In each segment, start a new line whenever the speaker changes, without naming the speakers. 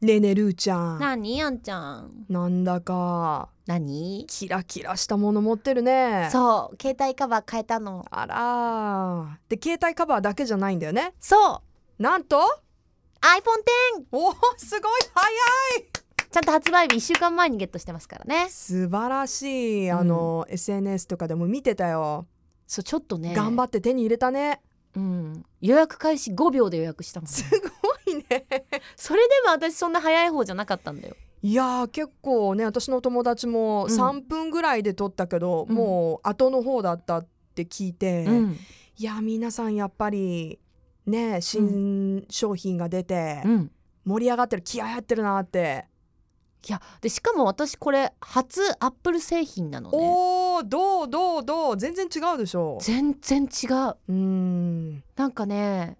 ねえねえルーちゃん
なにやんちゃん
なんだか
何
キラキラしたもの持ってるね
そう携帯カバー変えたの
あらーで携帯カバーだけじゃないんだよね
そう
なんと
iPhone10
おおすごい早い
ちゃんと発売日1週間前にゲットしてますからね
素晴らしいあの、SNS とかでも見てたよ、
そうちょっとね
頑張って手に入れたね
うん予約開始5秒で予約したも ん
すごいね
それでも私そんな早い方じゃなかったんだよ
いやー結構ね私の友達も
うん
3分ぐらいで撮ったけど、
うん
もう後の方だったって聞いて、
うん
いやー皆さんやっぱりね新商品が出て
うん
盛り上がってる気合入ってるなって、
いやでしかも私これ初アップル製品なのね
おおどうどうどう全然違うでしょ
全然違う
うーん、ま
なんかね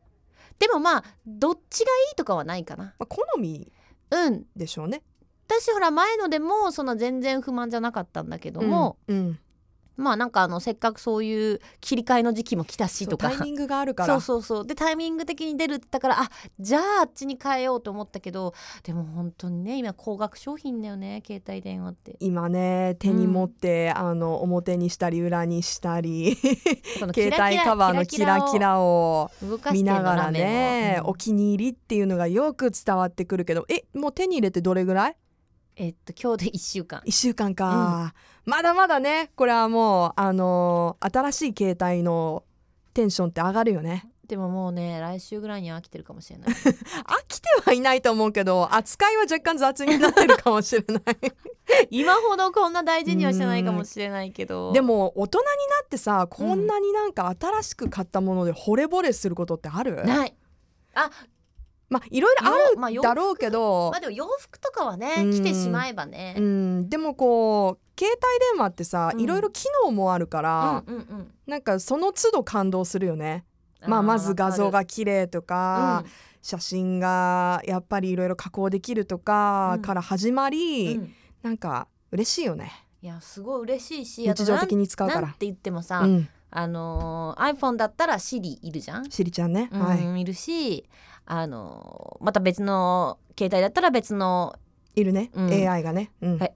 でもまあどっちがいいとかはないかな
あ、好み
うん
でしょうね
私ほら前のでもその全然不満じゃなかったんだけども、
うんうん
まあなんかあのせっかくそういう切り替えの時期も来たし
そう
とか
タイミングがあるから
そうそうそうでタイミング的に出るって言ったからあじゃああっちに変えようと思ったけどでも本当にね今高額商品だよね携帯電話って
今ね手に持って、あの表にしたり裏にしたり
この
携帯カバーのキラキラを
を動かし
見
てるの
ながらね
画面、をう
お
ん
気に入りっていうのがよく伝わってくるけどえもう手に入れてどれぐらい
えっと今日で1週間
1週間か、まだまだねこれはもうあのー新しい携帯のテンションって上がるよね
でももうね来週ぐらいには飽きてるかもしれない
飽きてはいないと思うけど扱いは若干雑になってるかもしれ ない
今ほどこんな大事にはしてないかもしれないけど
でも大人になってさこんなになんか新しく買ったもので惚れ惚れすることってある、
ない
まあいろい
よ
ろ
ま
あ
あ
る
洋服
だろうけど
まあ、でも洋服とかはね
うん
来てしまえばね
うん、でもこう携帯電話ってさ、
うん
いろいろ機能もあるから、
うんうんうん
なんかその都度感動するよね。まあ、まず画像が綺麗とか、写真がやっぱりいろいろ加工できるとか
うん
から始ま
うん
り、
うん
なんか嬉しいよね
いやすごい嬉しいしあと
日常的に使う
な
か
んなん
ら。
て言ってもさ、
うん、
あのー iPhone だったら Siri いるじゃん、
しりちゃんね、
うん
はい
いるしあのーまた別の携帯だったら別の、
いるね、
うん
AI がね、うん
はい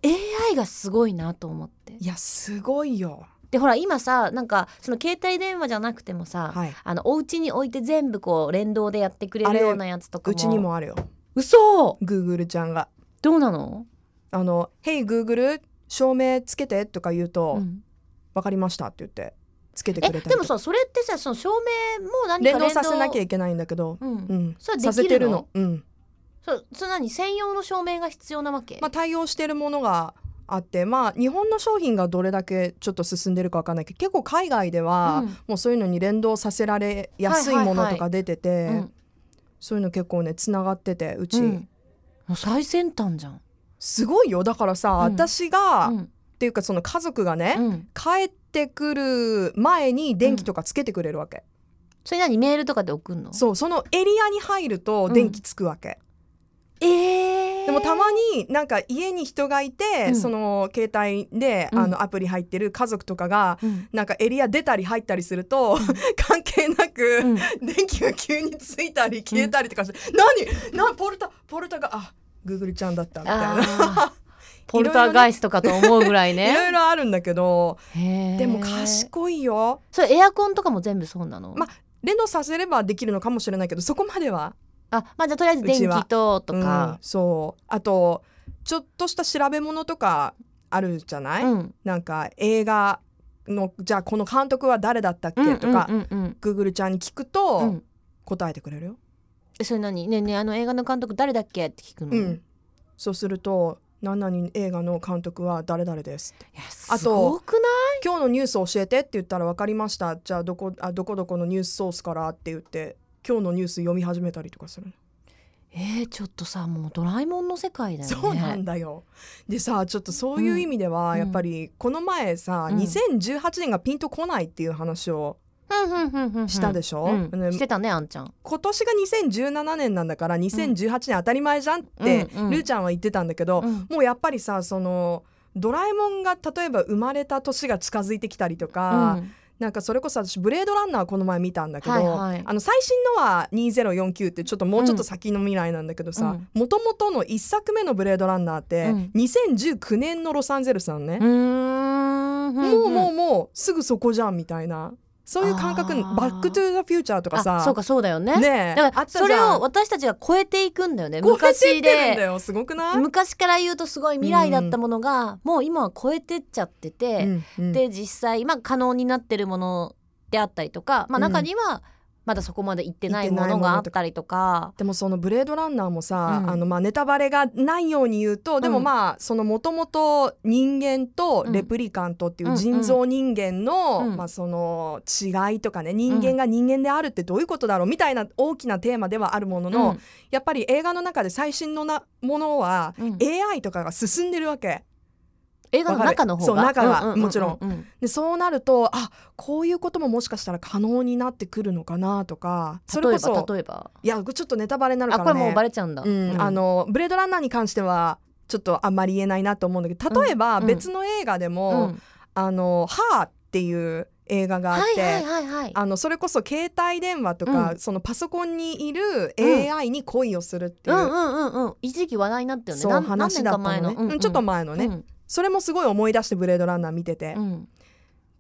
AI がすごいなと思って
いやすごいよ
でほら今さなんかその携帯電話じゃなくてもさ、
はい
あのお家に置いて全部こう連動でやってくれるようなやつとかも
うちにもあるよ
嘘
Google ちゃんが
どうなの、
あの「Hey Google 照明つけて」とか言うと「わ
うん
かりました」って言ってつけて
え
くれたりとか
でもさそれってさその照明も何か
連動させなきゃ
い
いけないんだけど、
けうん
う、ん、
それできる
さ
の
せてるの、うん
そそれ何専用の照明が必要なわけ、
まあ、対応してるものがあってまあ日本の商品がどれだけちょっと進んでるかわかんないけど結構海外では、
うん
もうそういうのに連動させられやすい
はい
も
はいは
の
い
とか出てて、
うん
そういうの結構ねつながっててうち、
うんもう最先端じゃん、
すごいよだからさ、
うん
私が、
う
っ
ん
ていうかその家族がね、
うん、
帰ってくる前に電気とかつけてくれるわけ、
それ何メールとかで送るの
そうそのエリアに入ると電気つくわけ、
えー、
でもたまになんか家に人がいて、
うん
その携帯で、
うん
あのアプリ入ってる家族とかが
うん、
なんかエリア出たり入ったりすると、 関係なく、
うん
電気が急についたり消えたりとかして、何なポルタポルタがあグーグルちゃんだったみたい な。
あーポルターガイストかと思うぐら
い
い
ろ
ね
いろあるんだけど、
へー
でも賢いよ。
それエアコンとかも全部そうなの、
ま連動させればできるのかもしれないけど、そこまでは。
あまあじゃあとりあえず電
うちは
気とと
うん
か、
そう。あと、ちょっとした調べ物とかあるじゃな
う
い、
ん
なんか映画のじゃあこの監督は誰だったっけとか、
うんうんうん
Google ちゃんに聞く
うんう
と
ん
答えてくれるよ。
えそれ何ねえねえあの映画の監督誰だっけって聞くの、
うん
い
そうすると何々映画の監督は誰々ですって
やす
と
ごくない
今日のニュース教えてって言ったら分かりましたじゃあどこあどこどこのニュースソースからって言って今日のニュース読み始めたりとかする、
えー、ちょっとさもうドラえもんの世界だよね
そうなんだよでさちょっとそういう意味では、
うん
やっぱりこの前さ、
うん
2018年がピンとこないっていう話を
だ
したでしょ、
うん
ね
してたねあんちゃん
今年が2017年なんだから2018年当たり前じゃんって、
うんうん
ルーちゃんは言ってたんだけど、
うん
もうやっぱりさそのドラえもんが例えば生まれた年が近づいてきたりと
う
か、
ん
なんかそれこそ私ブレードランナーこの前見たんだけど、
はいはい
あの最新のは2049ってちょっともうちょっと先の未来なんだけどさもともとの1作目のブレードランナーって
うん
2019年のロサンゼルスなのね、
うーん
もうも
う
うもうすぐそこじゃんみたいなそういう感覚
あー
バックトゥーザフューチャーとかさ
あそうかそうだよね
ねえ
だか
あ
ら
ったじゃ
そ
ん
れを私たちが超えていくんだよね
超えて
昔
ってるんだ
で
よすごくない、
昔から言うとすごい未来だったものが、もう今は超えてっちゃってて、
うんうん
で実際、まあ、可能になってるものであったりとか、まあ、
うん
中にはまだそこまで行ってない
行って
も
ない
の
も
があ
の
っ
と
たりとか。
でもそのブレードランナーもさ、
うん
あのまあネタバレがないように言うと、でもまあそのもともと人間とレプリカントっていう人造人間の、
うんうん
まあその違いとかね人間が人間であるってどういうことだろうみたいな大きなテーマではあるものの、やっぱり映画の中で最新のなものは
うんうん
AI とかが進んでるわけ
映画の中の方が
そう中が
うううう
もちろん
うん
でそうなるとあこういうことももしかしたら可能になってくるのかなとかそれ
例
こ
え
そ
ば例えば、
いやちょっとネタバレになる
あ
から
こ
ね
れもうバレちゃうんだ、
うん
うん
あのブレードランナーに関してはちょっとあんまり言えないなと思うんだけど例えば
うん
別の映画で
う
も「
ん
あのハーっていう映画があっ
はい
て、
はいはいはい
あのそれこそ携帯電話とか、
う
そのパソコンにいる
うん
AI に恋をするって
う
い
ん
う,、
うんうんうん一時期話題になったよね
そう
なん
話だったのね
何年か前の、
うんちょっと前のね、
うん
それもすごい思い出して「ブレードランナー」見てて、
うん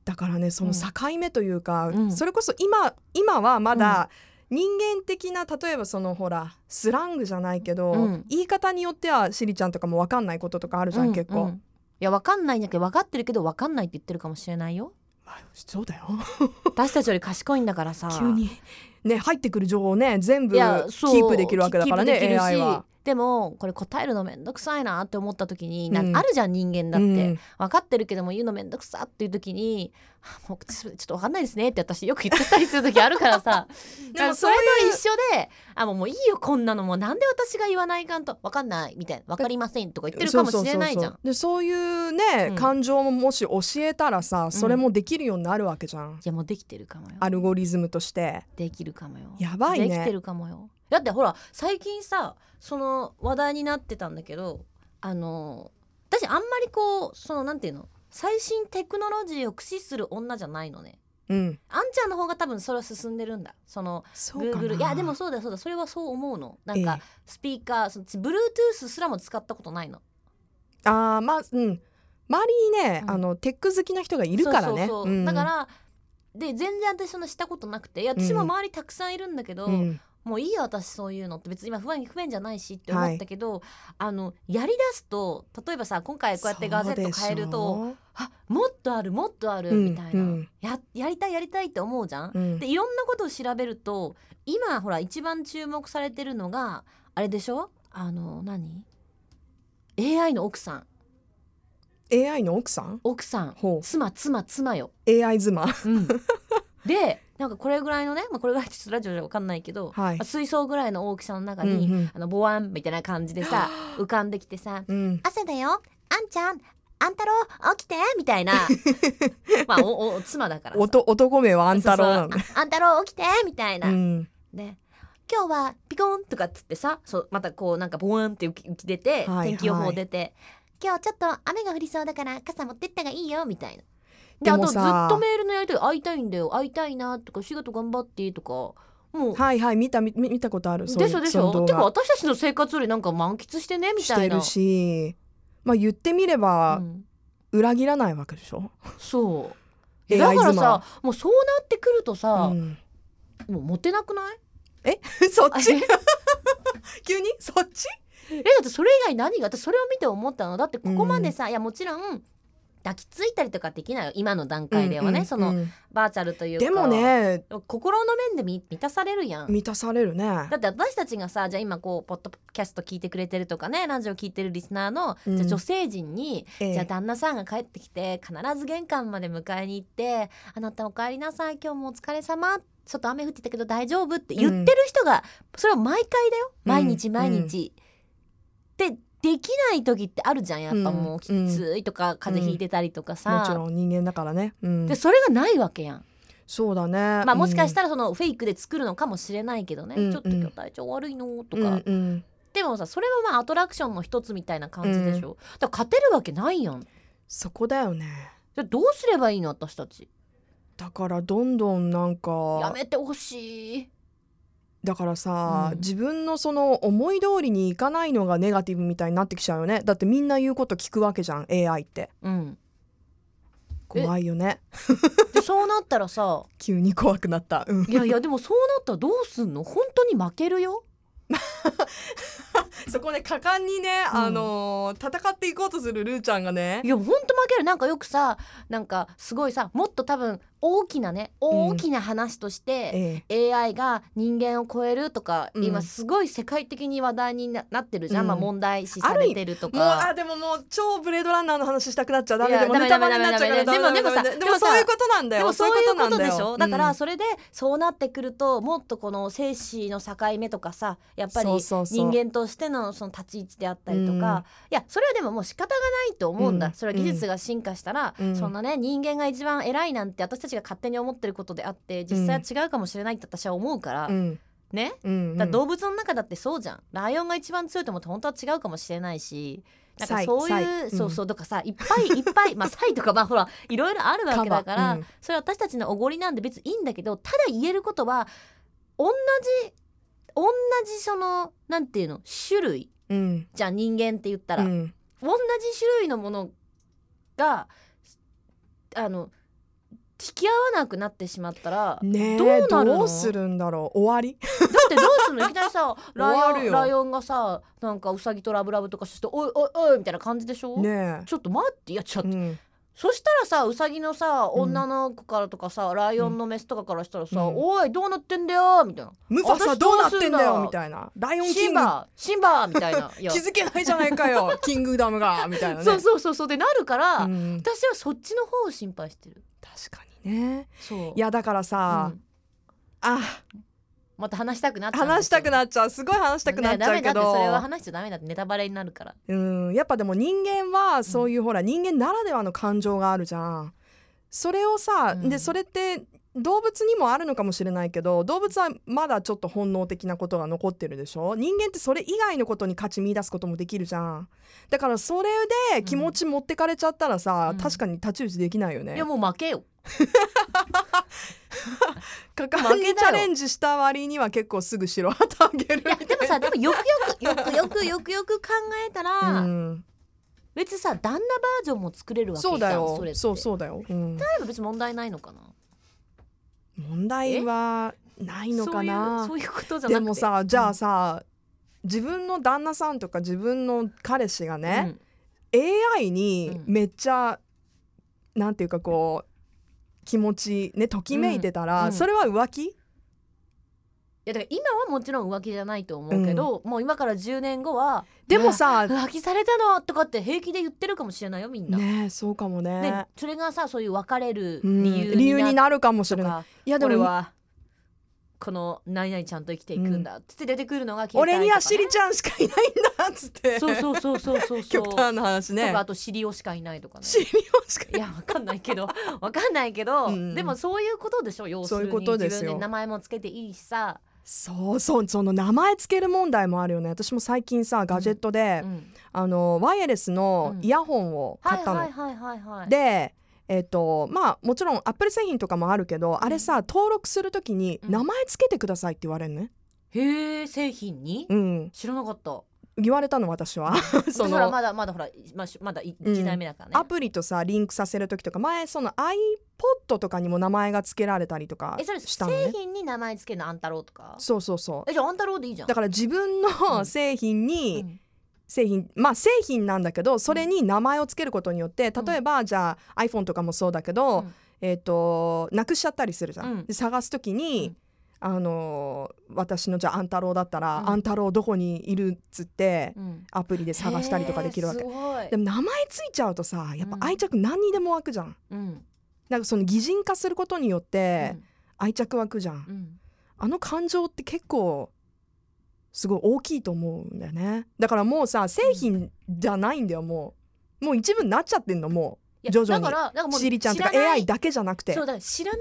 だからねその境目というか、
うん
それこそ今今はまだ人間的な例えばそのほらスラングじゃないけど、
うん
言い方によってはしりちゃんとかも分かんないこととかあるじゃん、結構。
うんうんいやわかんないんだけど分かってるけど分かんないって言ってるかもしれな いよ
そうだよ
私たちより賢いんだからさ
急にね入ってくる情報をね全部キ
いやそう
ープできるわけだから
キープでき
ね
るし
AI は。
でもこれ答えるのめんどくさいなって思った時に、な
うん
あるじゃん人間だ
う
って、
ん
分かってるけども言うのめんどくさっていう時にあもうちょっと分かんないですねって私よく言ってたりする時あるからさ
でも
そ
そ
れ
れ
と一緒であもうもういいよこんなのもうなんで私が言わないかんと分かんないみたいな分かりませんとか言ってるかもしれないじゃん。
でそういうね、
うん
感情ももし教えたらさそれもできるようになるわけじゃん、
いやもうできてるかもよ
アルゴリズムとして。
できるかもよ
やばいね
できてるかもよだってほら最近さその話題になってたんだけどあの私あんまりこうそのなんていうの最新テクノロジーを駆使する女じゃないのね
うん、
あんちゃんの方が多分それは進んでるんだその
そうかな
Google いやでもそうだそうだそれはそう思うのなんか
え
スピーカーその Bluetooth すらも使ったことないの
えあーまあうん周りにね、
うん
あのテック好きな人がいるからね。
そうそうそう
うん
だからで全然私そんなしたことなくていや私も周りたくさんいるんだけど、
うん
もういいよ私そういうのって別に今不安不便じゃないしって思ったけど、あのやりだすと例えばさ今回こうやってガゼット変えると、あもっとあるもっとある
うん
みたいな、
うん
ややりたいやりたいって思うじゃん。
そうでしょうん
でいろんなことを調べると今ほら一番注目されてるのがあれでしょあの何 AI の奥さん
AI の奥さん
奥さん
ほ
妻妻妻よ。
う AI 妻
うん、でなんかこれぐらいのね、まあ、これぐらいちょっとラジオじゃ分かんないけど、
はい
まあ。水槽ぐらいの大きさの中
うん
に、
うん
あのボワンみたいな感じで さ浮かんできてさ
うん
「朝だよあんちゃんあんたろう起きて」みたいな まあおお妻だからさ
おと男名はあんたろうな
そ
ん
うそうああんたろう起きてみたいな、
うん
で今日はピコンとかっつってさそうまたこうなんかボワンって浮き浮き出て、
はい
天気予報出て「今日ちょっと雨が降りそうだから傘持ってったがいいよ」みたいな。で
で
あと
も
ずっ
さ
とメールのやり取り会いたいんだよ会いたいなとか仕事頑張ってとかもう
はいはい見た見見たことあるそう
でしょでし
その動
ょ
画
てか私たちの生活よりなんか満喫してねみ
した
い
て
な
るしまあ言ってみれば、
うん
裏切らないわけでしょ、
そうい
AI
やだから
妻
さもうそうなってくると
う
さ、
ん、
もうモテなくない
そっ
あ
ち
え
急にそっち
えだってそれ以外何が私それを見て思ったのだってここまでさ、いやもちろん抱きついたりとかできないよ今の段階ではね、
うんうん
その
うん
バーチャルというか
でもね
心の面でみ満たされるやん
満たされるね
だって私たちがさじゃあ今こうポッドキャスト聞いてくれてるとかねラジオ聞いてるリスナーの、
うん
じゃあ女性陣に、
ええ
じゃあ旦那さんが帰ってきて必ず玄関まで迎えに行って「あなたお帰りなさい今日もお疲れ様ちょっと雨降ってたけど大丈夫」って言ってる人が、それは毎回だよ毎日毎日。でできない時ってあるじゃんやっぱもうきついとか、風邪ひいてたりとかさ。
もちろん人間だからね、うん
で、それがないわけやん、
そうだね
まあ、もしかしたたらそのフェイクで作るのかもしれないけどね、
うん
ちょっと今日体調悪いのとか、
うんうん
でもさそれはまあアトラクションの一つみたいな感じでしょ、だから勝てるわけないやん
そこだよね
じゃあどうすればいいの私たち
だからどんどんなん
や
か
めてほしい
だからさ、
うん
自分のその思い通りにいかないのがネガティブみたいになってきちゃうよねだってみんな言うこと聞くわけじゃん AI って
うん
怖いよね
でそうなったらさ
急に怖くなった、うん、
いやいやでもそうなったらどうすんの本当に負けるよ
そこね果敢にね、
うん
あのー戦っていこうとするルーちゃんがね
いや本当負けるなんかよくさなんかすごいさもっと多分大きなね大きな話として、
え
AI が人間を超えるとか、
うん
今すごい世界的に話題にななってるじゃん、
うん
まあ問題視されてると
えもうあ
か。
でももう超ブレードランナーの話したくなっちゃダメ
いや
でもネタバレになっちゃうから
ダメダメダメ
ダメダメダメでも
でもでもさ
そういうことなんだ
で
よ
もそういうことでしょだから
そ
それでそうなってくるともっとこの生死の境目とかさやっぱり
そうそうそう
人間としてのその立ち位置であったりとか、いやそれはでももう仕方がないと思うんだ、
うん
それは技術が進化したら、
うん
そんなね人間が一番偉いなんて私たちが勝手に思ってることであって実際は違うかもしれないって私は思うから、
うんうん
ね
うん
だから動物の中だってそうじゃんライオンが一番強いと思って本当は違うかもしれないしなんか
サイ
そう
サイ
いううんそうそうとかさいっぱいいっぱいまあサイとかまあほらいろいろあるわけだか
カバ
ら、
うん
それは私たちのおごりなんで別にいいんだけどただ言えることは同じ同じそのなんていうの種類
うん
じゃん人間って言ったら、
うん
同じ種類のものがあの引き合わなくなってしまったら だ
ねえ
どうなるの
どうするんだろう終わり
ってどうするのいきな りさ
わ
ラ
る
イオン
よ
ライオンがさなんかウサギとラブラブとかして「おいおいおい」みたいな感じでしょ、
ね
ちょっと待っていやちょっ
え、
と、
うん、
そしたらさウサギのさ
うん
女の子からとかさ、ライオンのメスとかからしたらさ「
うん
おいどうなってんだよ」みたいな
ムファサ
私
どうなっ
どうす
て
ん
ん
だ
だよみたいなライ
「
オン
シ
キ
ン
ング
バシンバ」みたいな。い や
気づけないじゃないか よキングダムがみたいなね
そうそうそうそうでなるから、
うん
私はそっちの方を心配してる。
確かにね
そう
いやだからさ、
うん
あ
また話したくなっちゃうんで
話
すよ
したくなっちゃうすごい話したくなっちゃうけ
ねダメだってそれは
ど、
話しちゃダメだってネタバレになるから
うん、やっぱでも人間はそういう、ほら人間ならではの感情があるじゃんそれをさ、
うん
でそれって動物にもあるのかもしれないけど動物はまだちょっと本能的なことが残ってるでしょ人間ってそれ以外のことに価値見出すこともできるじゃんだからそれで気持ち持ってかれちゃったらさ、
うん
確かに太刀打ちできないよね
いやもう負け よ
果
負
敢
けだよ
にチャレンジした割には結構すぐ白旗あげ る
いやでもさでもよくよくよくよくよくよく考えたら、
うん、
別にさ旦那バージョンも作れるわけじゃん
そうだよ
それって
そうそうだよ、うん
例えば別に問題ないのかな
問題はないのかな
そういうそういうことじゃなくて
でもさじゃあさ、自分の旦那さんとか自分の彼氏が
うん
ね、AI に
うん
めっちゃ、なんていうかこう気持ちねときめいてたら、
うんうん
それは浮気
いやだから今はもちろん浮気じゃないと思うけど、もう今から10年後は
でもさ、
浮気されたのとかって平気で言ってるかもしれないよみんな、
ねえそうかもね
でそれがさそういう別れる
うん
理由
理由
に
に
なっ
なるかも
と
しれない
か
いやで
俺
も
はこの何々ちゃんと生きていくんだっつって出てくるのが携帯
俺にはシ
と
リちゃんしかいないんだっつって
かねそうそうそうそうそうそう
極端な話
と
ね
かあと知りオしかいないとかね
シリオしか
いやわかんないけど わかんないけど、
うん
でもそういうことでしょ要するに
そういうことですよ
自分で名前もつけていいしさ、
そうそうその名前つける問題もあるよね私も最近さガジェットで、
うん
あのワイヤレスの
うん
イヤホンを買ったの、
はいはいはいはいはい
でえっとまあもちろんアップル製品とかもあるけど、あれさ登録するときに
うん
名前つけてくださいって言われるね
へえ製品に、
うん
知らなかった
言われたの私は そ
そほら
の
まだまだほらまあしまだい
うん
一代目だからね、
アプリとさリンクさせるときとか前その iPod とかにも名前がつけられたりとか
えそれ
したのね
製品に名前つけるのあんたろうとか
そうそうそう
えじゃああんたろうでいいじゃん
だから自分の製品に、
うん
製品まあ製品なんだけどそれに名前をつけることによって例えばじゃあ iPhone とかもそうだけど、
うん
えっ、となくしちゃったりするじゃん。
うん
で探す時に、あのー私のじゃああんたろうだったら、
うん
あんたろうどこにいるっつって
うん
アプリで探したりとかできるわ
へ
け
ー。すごい
でも名前ついちゃうとさやっぱ
うん
愛着何にでも湧くじゃん。
うん
なんかその擬人化することによっ
う
て
ん
愛着湧くじゃん。
うん
あの感情って結構すごい大きいと思うんだよねだからもうさ製品じゃないんだよもうもう一部になっちゃってんのも
いや
徐々に
だからだから
う
もう
シリちゃんとか
知らない
AI だけじゃなくて
そうだから知らない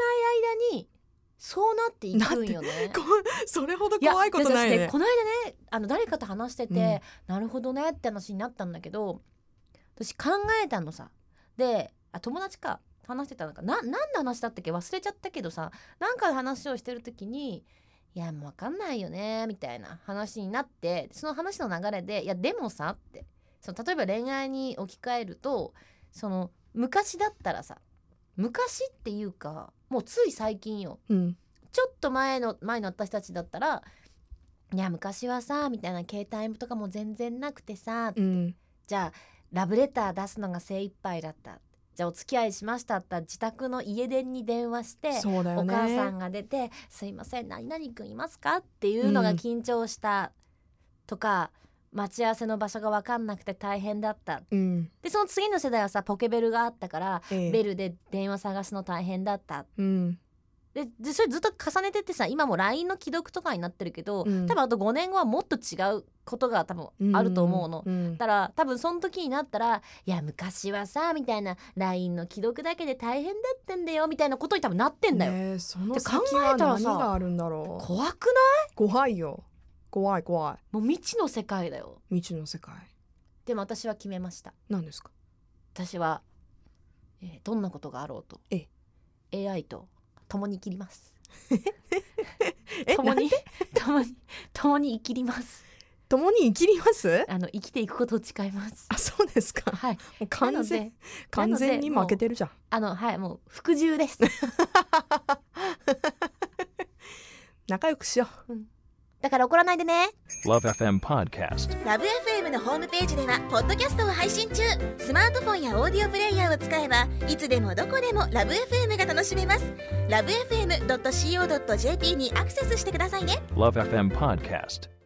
間にそうなっていくんよね
こそれほど怖いことないよ
で私
ね
この間ねあの誰かと話してて、なるほどねって話になったんだけど私考えたのさであ友達か話してたなんかな何の話だったっけ忘れちゃったけどさなんかの話をしてる時に「いやもう分かんないよね」みたいな話になってその話の流れで「いやでもさ」ってその例えば恋愛に置き換えるとその昔だったらさ昔っていうかもうつい最近よ
うん
ちょっと前の前の私たちだったら「いや昔はさ」みたいな携帯とかも全然なくてさ
うん
じゃあラブレター出すのが精一杯だったじゃあお付き合いしましたって自宅の家電に電話して、
そうだよ
お
ね
母さんが出て「すいません何々くんいますか?」っていうのが緊張したとか、待ち合わせの場所が分かんなくて大変だった
うん
でその次の世代はさポケベルがあったから
ええ
ベルで電話探すの大変だった
うん
ででそれずっと重ねてってさ今もう LINE の既読とかになってるけど、
うん
多分あと5年後はもっと違うことが多分あると思うの。
ん
だから多分その時になったら「いや昔はさ」みたいな LINE の既読だけで大変だったんだよみたいなことに多分なってんだよ。
ねえその
で
先
考
は
えたら
何
さ
があるんだろ
怖くないう
怖いよ怖い怖
もう未知の世界だよ。
い未知の世界
でも私は決めました。
何ですか
私は、えーどんなことがあろうと
え
AI と共に生きります。
え
共
共に
に 共に共に生きります。
共に生きります
あの生きていくことを誓います。
あそうですか
はい。
もう完
なの
全
で
完全に負けてるじゃん
あのはいもう服従です。
仲良くしよう
だから怒らないでね。
Love FM Podcast.
ラブ f m のホームページではポッドキャストを配信中スマートフォンやオーディオプレイヤーを使えばいつでもどこでもラブ f m が楽しめますラブ FM.co.jp にアクセスしてくださいね
Love FM Podcast.